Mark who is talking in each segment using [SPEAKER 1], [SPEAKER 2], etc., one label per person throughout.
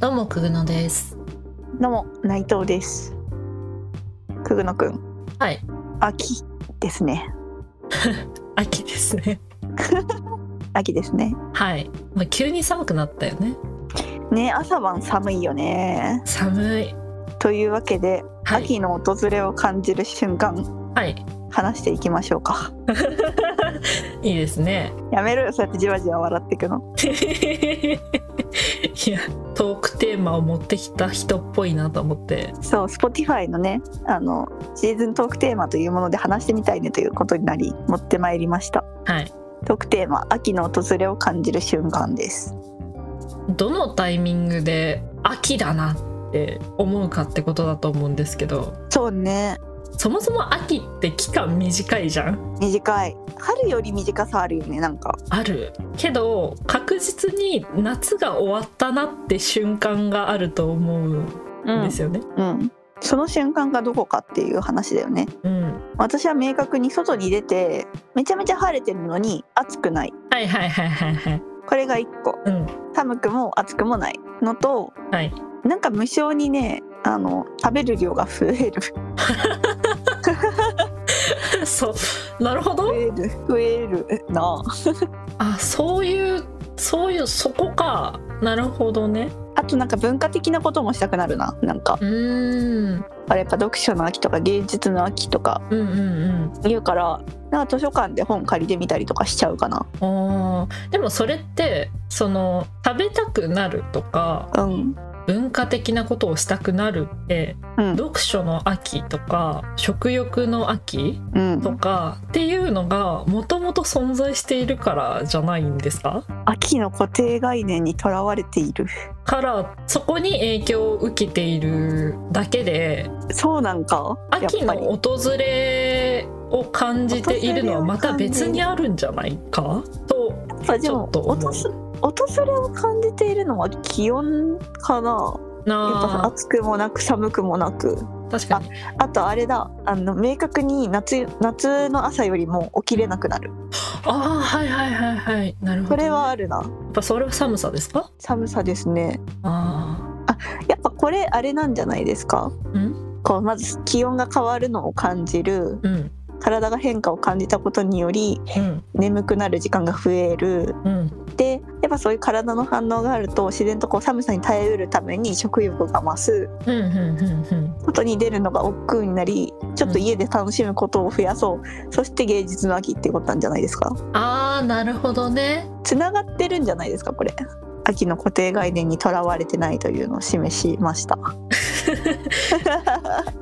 [SPEAKER 1] どうもくぐのです。
[SPEAKER 2] どうも内藤です。くぐのくん、
[SPEAKER 1] はい、
[SPEAKER 2] 秋ですね。
[SPEAKER 1] 秋ですね。
[SPEAKER 2] 秋ですね。
[SPEAKER 1] はい、まあ、急に寒くなったよね。
[SPEAKER 2] ね、朝晩寒いよね。
[SPEAKER 1] 寒い。
[SPEAKER 2] というわけで、
[SPEAKER 1] はい、
[SPEAKER 2] 秋の訪れを感じる瞬間、
[SPEAKER 1] はい、
[SPEAKER 2] 話していきましょうか。
[SPEAKER 1] いいですね。
[SPEAKER 2] やめる、そうやってじわじわ笑っていくの。
[SPEAKER 1] いや、トークテーマを持ってきた人っぽいなと思って。
[SPEAKER 2] そう、Spotify のね、あのシーズントークテーマというもので話してみたいねということになり、持ってまいりました。
[SPEAKER 1] はい、
[SPEAKER 2] トークテーマ、秋の訪れを感じる瞬間です。
[SPEAKER 1] どのタイミングで秋だなって思うかってことだと思うんですけど、
[SPEAKER 2] そうね、
[SPEAKER 1] そもそも秋って期間短いじゃん。
[SPEAKER 2] 短い。春より短さあるよね、なんか。
[SPEAKER 1] あるけど確実に夏が終わったなって瞬間があると思うん
[SPEAKER 2] う
[SPEAKER 1] ですよね。
[SPEAKER 2] うん、その瞬間がどこかっていう話だよね
[SPEAKER 1] うん、
[SPEAKER 2] 私は明確に外に出てめちゃめちゃ晴れてるのに暑くない
[SPEAKER 1] はいはいはいはいはい。
[SPEAKER 2] これが1個
[SPEAKER 1] うん、
[SPEAKER 2] 寒くも暑くもないのと
[SPEAKER 1] はい。
[SPEAKER 2] なんか無性にねあの食べる量が増える
[SPEAKER 1] そう、なるほ
[SPEAKER 2] 増
[SPEAKER 1] ど。
[SPEAKER 2] える増えるな
[SPEAKER 1] あ、そういう、そういう、そこか。なるほどね。
[SPEAKER 2] あとなんか文化的なこともしたくなるななんか
[SPEAKER 1] うーん、
[SPEAKER 2] あれやっぱ読書の秋とか芸術の秋とか
[SPEAKER 1] うんうん
[SPEAKER 2] 言うからなんか図書館で本借りてみたりとかしちゃうかな
[SPEAKER 1] うん。おーでもそれってその食べたくなるとか
[SPEAKER 2] うん
[SPEAKER 1] 文化的なことをしたくなるって、
[SPEAKER 2] うん
[SPEAKER 1] 読書の秋とか食欲の秋
[SPEAKER 2] うん
[SPEAKER 1] とかっていうのがもともと存在しているからじゃないんですか
[SPEAKER 2] 秋の固定概念にとらわれている
[SPEAKER 1] からそこに影響を受けているだけで
[SPEAKER 2] そうなんか
[SPEAKER 1] 秋の訪れを感じているのはまた別にあるんじゃないかと
[SPEAKER 2] あで
[SPEAKER 1] ちょっ
[SPEAKER 2] も
[SPEAKER 1] と
[SPEAKER 2] 訪
[SPEAKER 1] 思う
[SPEAKER 2] 訪れを感じているのは気温かなやっぱ
[SPEAKER 1] な
[SPEAKER 2] 暑くもなく寒くもなく
[SPEAKER 1] あ確かに
[SPEAKER 2] あとあれだあの明確に夏夏の朝よりも起きれなくなる
[SPEAKER 1] ああはいはいはいはいなるほど
[SPEAKER 2] これはあるな
[SPEAKER 1] やっぱそれは寒さですか
[SPEAKER 2] 寒さですね
[SPEAKER 1] あ
[SPEAKER 2] やっぱこれあれなんじゃないですか
[SPEAKER 1] ん
[SPEAKER 2] こうまず気温が変わるのを感じる
[SPEAKER 1] あうん
[SPEAKER 2] 体が変化を感じたことにより
[SPEAKER 1] うん
[SPEAKER 2] 眠くなる時間が増える
[SPEAKER 1] うん
[SPEAKER 2] でやっぱそういう体の反応があると自然とこう寒さに耐えうるために食欲が増す
[SPEAKER 1] うんうんうんうん
[SPEAKER 2] 外に出るのが億劫になりちょっと家で楽しむことを増やそう、そして芸術の秋ってことなんじゃないですか
[SPEAKER 1] ああなるほどね
[SPEAKER 2] つながってるんじゃないですかこれ秋の固定概念にとらわれてないというのを示しました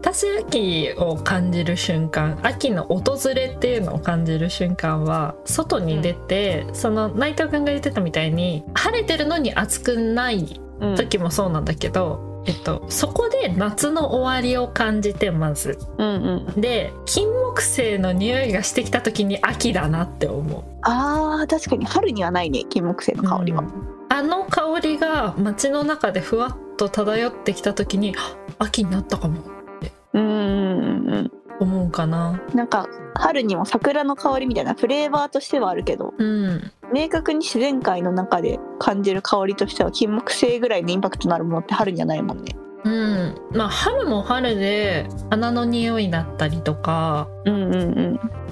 [SPEAKER 1] 私秋を感じる瞬間秋の訪れっていうのを感じる瞬間は外に出て、その内藤君が言ってたみたいに晴れてるのに暑くない
[SPEAKER 2] うん
[SPEAKER 1] 時もそうなんだけど、えっと、そこで夏の終わりを感じてます
[SPEAKER 2] うんうん
[SPEAKER 1] で金木犀の匂いがしてきた時に秋だなって思う
[SPEAKER 2] あー確かに春にはないね金木犀の香りは、
[SPEAKER 1] うんあの香りが街の中でふわっと漂ってきた時にあ秋になったかも
[SPEAKER 2] うん、うんうん
[SPEAKER 1] 思うかな
[SPEAKER 2] なんか春にも桜の香りみたいなフレーバーとしてはあるけど
[SPEAKER 1] うん
[SPEAKER 2] 明確に自然界の中で感じる香りとしては金木犀ぐらいのインパクトのあるものって春にはないもんね
[SPEAKER 1] うん、まあ春も春で花の匂いだったりとか
[SPEAKER 2] うんうんうん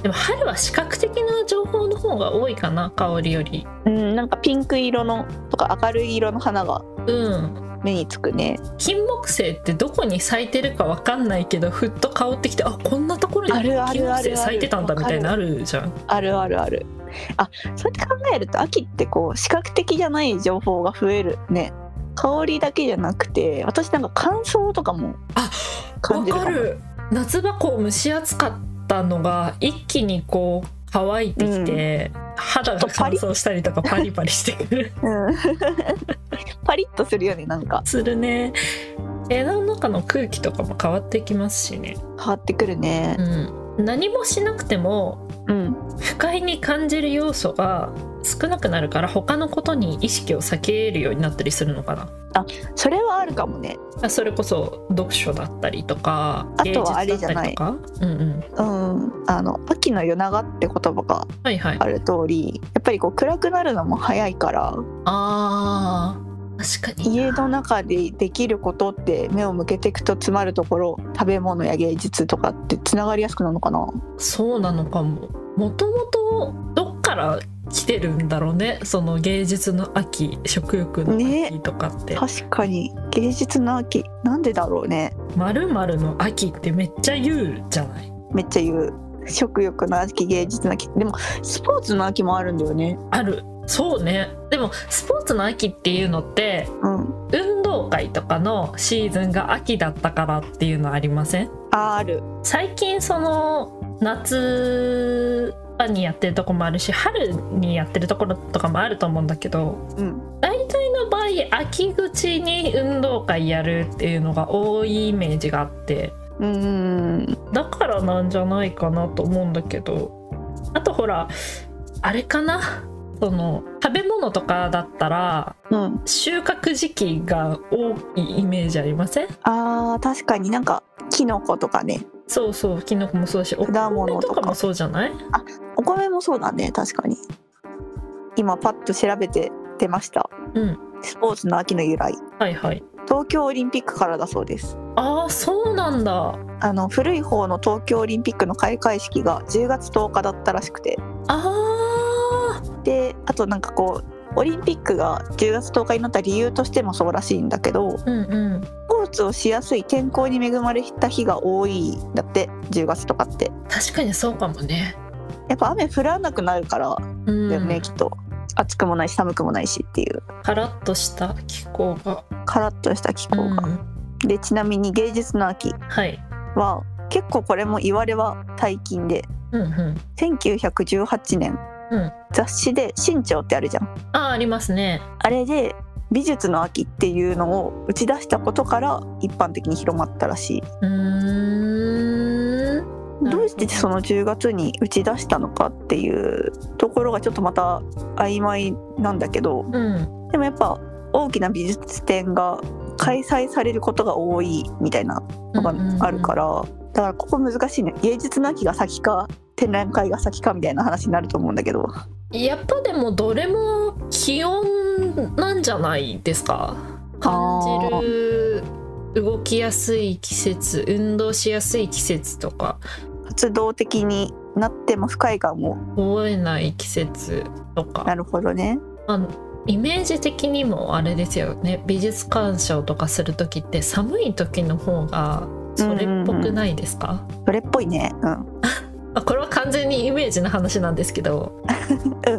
[SPEAKER 1] でも春は視覚的な情報の方が多いかな香りより
[SPEAKER 2] うん、なんかピンク色のとか明るい色の花が
[SPEAKER 1] うん
[SPEAKER 2] 目につくね。
[SPEAKER 1] 金木犀ってどこに咲いてるかわかんないけどふっと香ってきてあこんなところ
[SPEAKER 2] あ
[SPEAKER 1] に
[SPEAKER 2] るある
[SPEAKER 1] 金木
[SPEAKER 2] あるあ
[SPEAKER 1] 犀
[SPEAKER 2] る
[SPEAKER 1] 咲いてたんだみたいなのあるじゃん
[SPEAKER 2] あるあるある。あ、そうやって考えると秋ってこう視覚的じゃない情報が増えるね。香りだけじゃなくて、私なんか乾燥とかも
[SPEAKER 1] あ
[SPEAKER 2] 感じる
[SPEAKER 1] わか
[SPEAKER 2] かも。
[SPEAKER 1] る夏場こう蒸し暑かったのが一気にこう乾いてきて、肌が乾燥したりとかパリパリしてくる
[SPEAKER 2] うん パリッとするよねなんか
[SPEAKER 1] するね枝の中の空気とかも変わってきますしね、
[SPEAKER 2] 変わってくるね。
[SPEAKER 1] うん、何もしなくても
[SPEAKER 2] うん、
[SPEAKER 1] 不快に感じる要素が少なくなるから他のことに意識を避けるようになったりするのかな
[SPEAKER 2] それはあるかもね。
[SPEAKER 1] あそれこそ読書だったりとか
[SPEAKER 2] あ
[SPEAKER 1] 芸
[SPEAKER 2] と
[SPEAKER 1] 術
[SPEAKER 2] は
[SPEAKER 1] だ
[SPEAKER 2] あれ
[SPEAKER 1] っ
[SPEAKER 2] じゃ
[SPEAKER 1] た
[SPEAKER 2] な
[SPEAKER 1] りと
[SPEAKER 2] い
[SPEAKER 1] かうんうん
[SPEAKER 2] うん、あの秋の夜長って言葉が
[SPEAKER 1] はいはい
[SPEAKER 2] ある通り、やっぱりこう暗くなるのも早いから、
[SPEAKER 1] あー確かに
[SPEAKER 2] 家の中でできることって目を向けていくと詰まるところ食べ物や芸術とかってつながりやすくなるのかな
[SPEAKER 1] そうなのかももともとどっから来てるんだろうねその芸術の秋食欲の
[SPEAKER 2] ね
[SPEAKER 1] 秋とかって
[SPEAKER 2] 確かに芸術の秋なんでだろうね
[SPEAKER 1] 「まるまるの秋」ってめっちゃ言うじゃない
[SPEAKER 2] めっちゃ言う食欲の秋芸術の秋でもスポーツの秋もあるんだよね
[SPEAKER 1] あるそうねでもスポーツの秋っていうのって
[SPEAKER 2] うん
[SPEAKER 1] 運動会とかのシーズンが秋だったからっていうのありません
[SPEAKER 2] あある
[SPEAKER 1] 最近その夏にやってるとこもあるし春にやってるところとかもあると思うんだけど
[SPEAKER 2] うん
[SPEAKER 1] 大体の場合秋口に運動会やるっていうのが多いイメージがあって
[SPEAKER 2] うーん
[SPEAKER 1] だからなんじゃないかなと思うんだけどあとほらあれかなその食べ物とかだったら
[SPEAKER 2] うん
[SPEAKER 1] 収穫時期が多いイメージありません
[SPEAKER 2] あー確かになんかキノコとかね
[SPEAKER 1] そうそうキノコもそうだしお
[SPEAKER 2] 果
[SPEAKER 1] 米
[SPEAKER 2] 物と
[SPEAKER 1] と
[SPEAKER 2] か
[SPEAKER 1] かもそうじゃない
[SPEAKER 2] お米もそうだね確かに今パッと調べて出ました
[SPEAKER 1] うん
[SPEAKER 2] スポーツの秋の由来
[SPEAKER 1] はいはい
[SPEAKER 2] 東京オリンピックからだそうです
[SPEAKER 1] ああそうなんだ
[SPEAKER 2] あの古い方の東京オリンピックの開会式が10月10日だったらしくて
[SPEAKER 1] あー
[SPEAKER 2] であとなんかこうオリンピックが10月10日になった理由としてもそうらしいんだけどス
[SPEAKER 1] うんうん
[SPEAKER 2] ポーツをしやすい天候に恵まれた日が多いんだって10月とかって
[SPEAKER 1] 確かにそうかもね
[SPEAKER 2] やっぱ雨降らなくなるから
[SPEAKER 1] うん
[SPEAKER 2] だよね、きっと暑くもないし寒くもないしっていう
[SPEAKER 1] カラッとした気候が、
[SPEAKER 2] カラッとした気
[SPEAKER 1] う
[SPEAKER 2] 候が、
[SPEAKER 1] ん
[SPEAKER 2] でちなみに芸術の秋
[SPEAKER 1] はい
[SPEAKER 2] は結構これも言われは大金で
[SPEAKER 1] うんうん
[SPEAKER 2] 1918年、
[SPEAKER 1] うん
[SPEAKER 2] 雑誌で「新潮」ってあるじゃん
[SPEAKER 1] あーありますね
[SPEAKER 2] あれで美術の秋っていうのを打ち出したことから一般的に広まったらし
[SPEAKER 1] うーん
[SPEAKER 2] いどうしてその10月に打ち出したのかっていうところがちょっとまた曖昧なんだけど
[SPEAKER 1] うん
[SPEAKER 2] でもやっぱ大きな美術展が開催されることが多いみたいなのがあるから、だからここ難しいね芸術の秋が先か展覧会が先かみたいな話になると思うんだけど
[SPEAKER 1] やっぱでもどれも気温なんじゃないですか感じる動きやすい季節運動しやすい季節とか
[SPEAKER 2] 活動的になっても不快感も
[SPEAKER 1] 覚えない季節とか
[SPEAKER 2] なるほどね
[SPEAKER 1] あのイメージ的にもあれですよね美術鑑賞とかする時って寒い時の方がそれっぽくないですか、
[SPEAKER 2] それっぽいねうん
[SPEAKER 1] あこれは完全にイメージの話なんですけど
[SPEAKER 2] う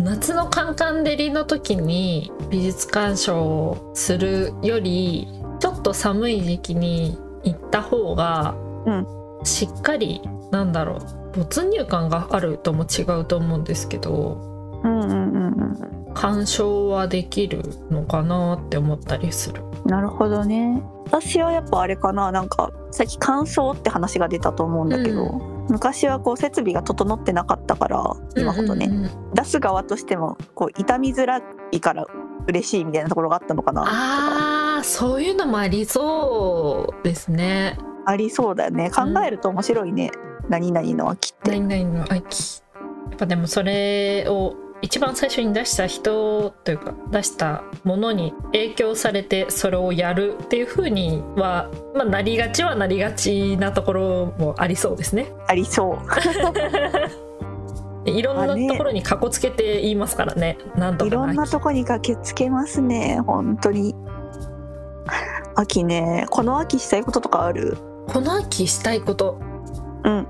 [SPEAKER 2] ん
[SPEAKER 1] 夏のカンカン照りの時に美術鑑賞をするよりちょっと寒い時期に行った方が、
[SPEAKER 2] うん
[SPEAKER 1] しっかりなんだろう没入感があるとも違うと思うんですけど
[SPEAKER 2] うんうんうんう
[SPEAKER 1] 鑑賞はできるのかなって思ったりする。
[SPEAKER 2] んなるほどね私はやっぱあれかななんかさっき乾燥って話が出たと思うんだけど、
[SPEAKER 1] う
[SPEAKER 2] 昔はこう設備が整ってなかったから今ほどね、
[SPEAKER 1] うんうんうん
[SPEAKER 2] 出す側としてもこう痛みづらいから嬉しいみたいなところがあったのかなとか
[SPEAKER 1] あーそういうのもありそうですね。
[SPEAKER 2] ありそうだよね考えると面白いね、何々の秋って、
[SPEAKER 1] 何々の秋やっぱでもそれを一番最初に出した人というか出したものに影響されてそれをやるっていう風には、まあ、なりがちはなりがちなところもありそうですね。
[SPEAKER 2] ありそう
[SPEAKER 1] でいろん
[SPEAKER 2] あね
[SPEAKER 1] なところにかこつけて言いますからね。なんと
[SPEAKER 2] い
[SPEAKER 1] か
[SPEAKER 2] ろ
[SPEAKER 1] の
[SPEAKER 2] んな
[SPEAKER 1] 秋
[SPEAKER 2] とこに駆けつけますね本当に秋ねこの秋したいこととかある
[SPEAKER 1] この秋したいこと
[SPEAKER 2] うん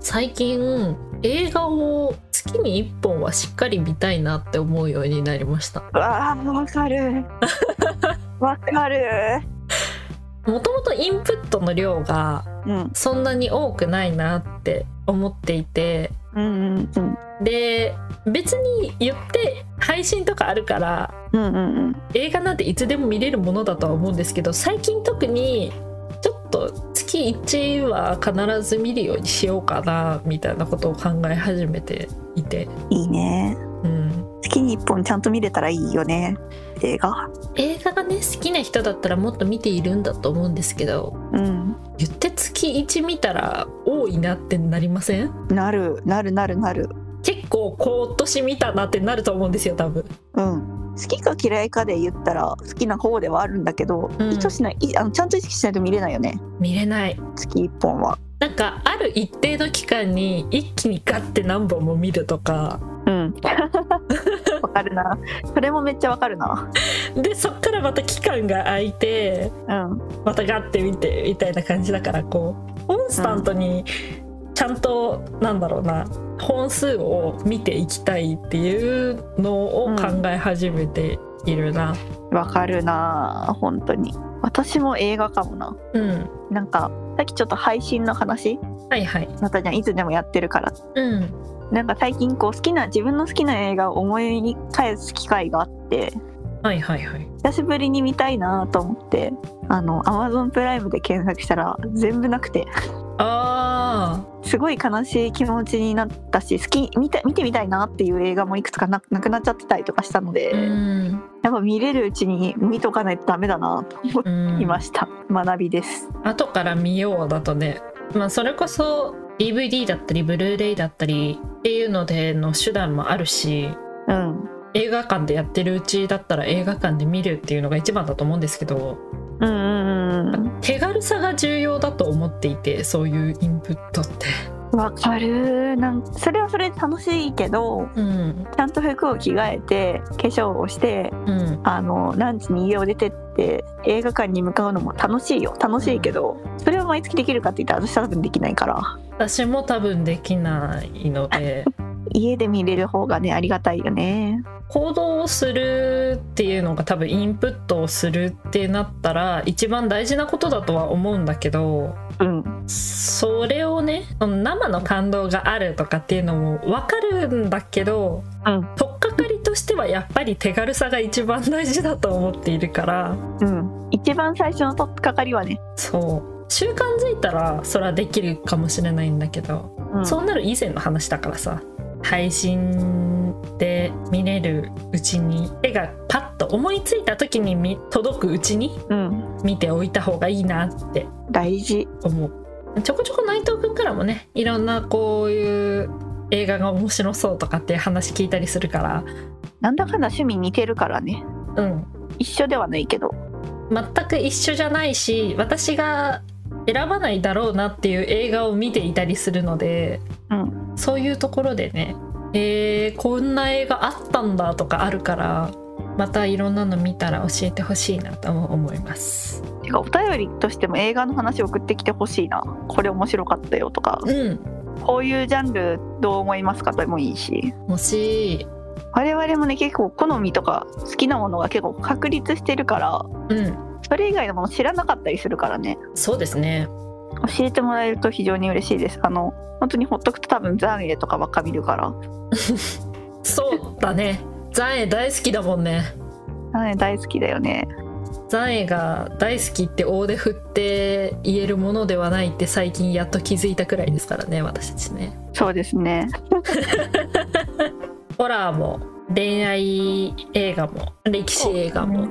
[SPEAKER 1] 最近映画を月に1本はしっかり見たいなって思うようになりました。
[SPEAKER 2] うわーわかるわかる
[SPEAKER 1] もともとインプットの量が
[SPEAKER 2] うん
[SPEAKER 1] そんなに多くないなって思っていて
[SPEAKER 2] うんうんうん
[SPEAKER 1] で別に言って配信とかあるから
[SPEAKER 2] うんうんうん
[SPEAKER 1] 映画なんていつでも見れるものだとは思うんですけど最近特にちょっと月1は必ず見るようにしようかなみたいなことを考え始めていて、
[SPEAKER 2] いいね
[SPEAKER 1] うん、
[SPEAKER 2] 月に一本ちゃんと見れたらいいよね映画
[SPEAKER 1] 映画がね好きな人だったらもっと見ているんだと思うんですけど
[SPEAKER 2] うん
[SPEAKER 1] 言って月1見たら多いなってなりません
[SPEAKER 2] なるなるなるなる
[SPEAKER 1] 結構今年見たなってなると思うんですよ多分
[SPEAKER 2] うん好きか嫌いかで言ったら好きな方ではあるんだけど、
[SPEAKER 1] うん
[SPEAKER 2] 意図しないいあのちゃんと意識しないと見れないよね
[SPEAKER 1] 見れない
[SPEAKER 2] 月一本は。
[SPEAKER 1] なんかある一定の期間に一気にガッて何本も見るとか
[SPEAKER 2] うん わかるなそれもめっちゃわかるな
[SPEAKER 1] でそっからまた期間が空いて
[SPEAKER 2] うん
[SPEAKER 1] またガッて見てみたいな感じだからこうコンスタントにちゃんと、なんだろうな本数を見ていきたいっていうのを考え始めているな。
[SPEAKER 2] わかるな本当に私も映画かもな
[SPEAKER 1] うん、
[SPEAKER 2] なんかさっきちょっと配信の話
[SPEAKER 1] はいはい。
[SPEAKER 2] またじゃんいつでもやってるから
[SPEAKER 1] うん
[SPEAKER 2] なんか最近こう好きな自分の好きな映画を思い返す機会があって
[SPEAKER 1] はいはいはい。
[SPEAKER 2] 久しぶりに見たいなと思ってあの Amazon プライムで検索したら全部なくて
[SPEAKER 1] あ
[SPEAKER 2] すごい悲しい気持ちになったし好き見た見てみたいなっていう映画もいくつかななくなっちゃってたりとかしたので、
[SPEAKER 1] あ、うん、
[SPEAKER 2] やっぱ見れるうちに見とかないとダメだなと思
[SPEAKER 1] うん
[SPEAKER 2] いました、学びです
[SPEAKER 1] 後から見ようだとね、まあ、それこそ DVD だったりブルーレイだったりっていうのでの手段もあるし
[SPEAKER 2] うん
[SPEAKER 1] 映画館でやってるうちだったら映画館で見るっていうのが一番だと思うんですけど
[SPEAKER 2] うんうんうん
[SPEAKER 1] 手軽さが重要だと思っていてそういうインプットって。
[SPEAKER 2] わかるなんかそれはそれで楽しいけど
[SPEAKER 1] うん
[SPEAKER 2] ちゃんと服を着替えて化粧をして
[SPEAKER 1] うん
[SPEAKER 2] あのランチに家を出てって映画館に向かうのも楽しいよ楽しいけど、それを毎月できるかって言ったら私多分できないから
[SPEAKER 1] 私も多分できないので
[SPEAKER 2] 家で見れる方がねありがたいよね
[SPEAKER 1] 行動をするっていうのが多分インプットをするってなったら一番大事なことだとは思うんだけど
[SPEAKER 2] うん
[SPEAKER 1] それをねその生の感動があるとかっていうのも分かるんだけど、
[SPEAKER 2] うん
[SPEAKER 1] 取っかかりとしてはやっぱり手軽さが一番大事だと思っているから
[SPEAKER 2] うん一番最初の取っかかりはね、
[SPEAKER 1] そう習慣づいたらそれはできるかもしれないんだけど、
[SPEAKER 2] うん、
[SPEAKER 1] そうなる以前の話だからさ配信で見れるうちに手がパッと思いついた時に見届くうちに
[SPEAKER 2] うん
[SPEAKER 1] 見ておいた方がいいなって
[SPEAKER 2] 大事
[SPEAKER 1] 思うちょこちょこ内藤君からもねいろんなこういう映画が面白そうとかっていう話聞いたりするから
[SPEAKER 2] なんだかんだ趣味似てるからね
[SPEAKER 1] うん
[SPEAKER 2] 一緒ではないけど
[SPEAKER 1] 全く一緒じゃないし私が選ばないだろうなっていう映画を見ていたりするので、
[SPEAKER 2] うん
[SPEAKER 1] そういうところでねえーこんな映画あったんだとかあるからまたいろんなの見たら教えてほしいなとも思います。
[SPEAKER 2] てかお便りとしても映画の話送ってきてほしいなこれ面白かったよとか
[SPEAKER 1] うん
[SPEAKER 2] こういうジャンルどう思いますかとかもいいし
[SPEAKER 1] もし
[SPEAKER 2] 我々もね結構好みとか好きなものが結構確立してるから
[SPEAKER 1] うん
[SPEAKER 2] それ以外のもの知らなかったりするからね
[SPEAKER 1] そうですね
[SPEAKER 2] 教えてもらえると非常に嬉しいですあの本当にほっとくと多分残影とかばっか見るから
[SPEAKER 1] そうだね 残影大好きだもんね
[SPEAKER 2] 残影大好きだよね
[SPEAKER 1] 残影が大好きって大で振って言えるものではないって最近やっと気づいたくらいですからね私たちね
[SPEAKER 2] そうですね
[SPEAKER 1] ホラーも恋愛映画も歴史映画も、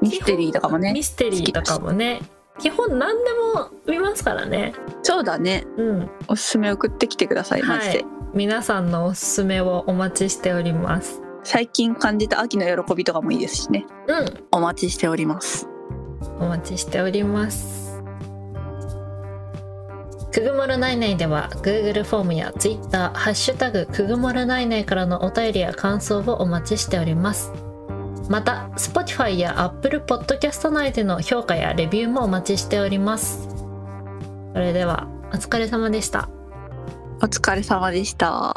[SPEAKER 2] ミステリーとかもね
[SPEAKER 1] ミステリーとかもね基本何でも見ますからね
[SPEAKER 2] そうだね
[SPEAKER 1] うん
[SPEAKER 2] おすすめ送ってきてくださいまし
[SPEAKER 1] は
[SPEAKER 2] て、
[SPEAKER 1] い皆さんのおすすめをお待ちしております
[SPEAKER 2] 最近感じた秋の喜びとかもいいですしね
[SPEAKER 1] うん
[SPEAKER 2] お待ちしております
[SPEAKER 1] お待ちしておりますくぐもるないないでは Google フォームや Twitter「ハッシュタグくぐもるないない」からのお便りや感想をお待ちしておりますまた Spotify や Apple Podcast 内での評価やレビューもお待ちしておりますそれではお疲れ様でした
[SPEAKER 2] お疲れ様でした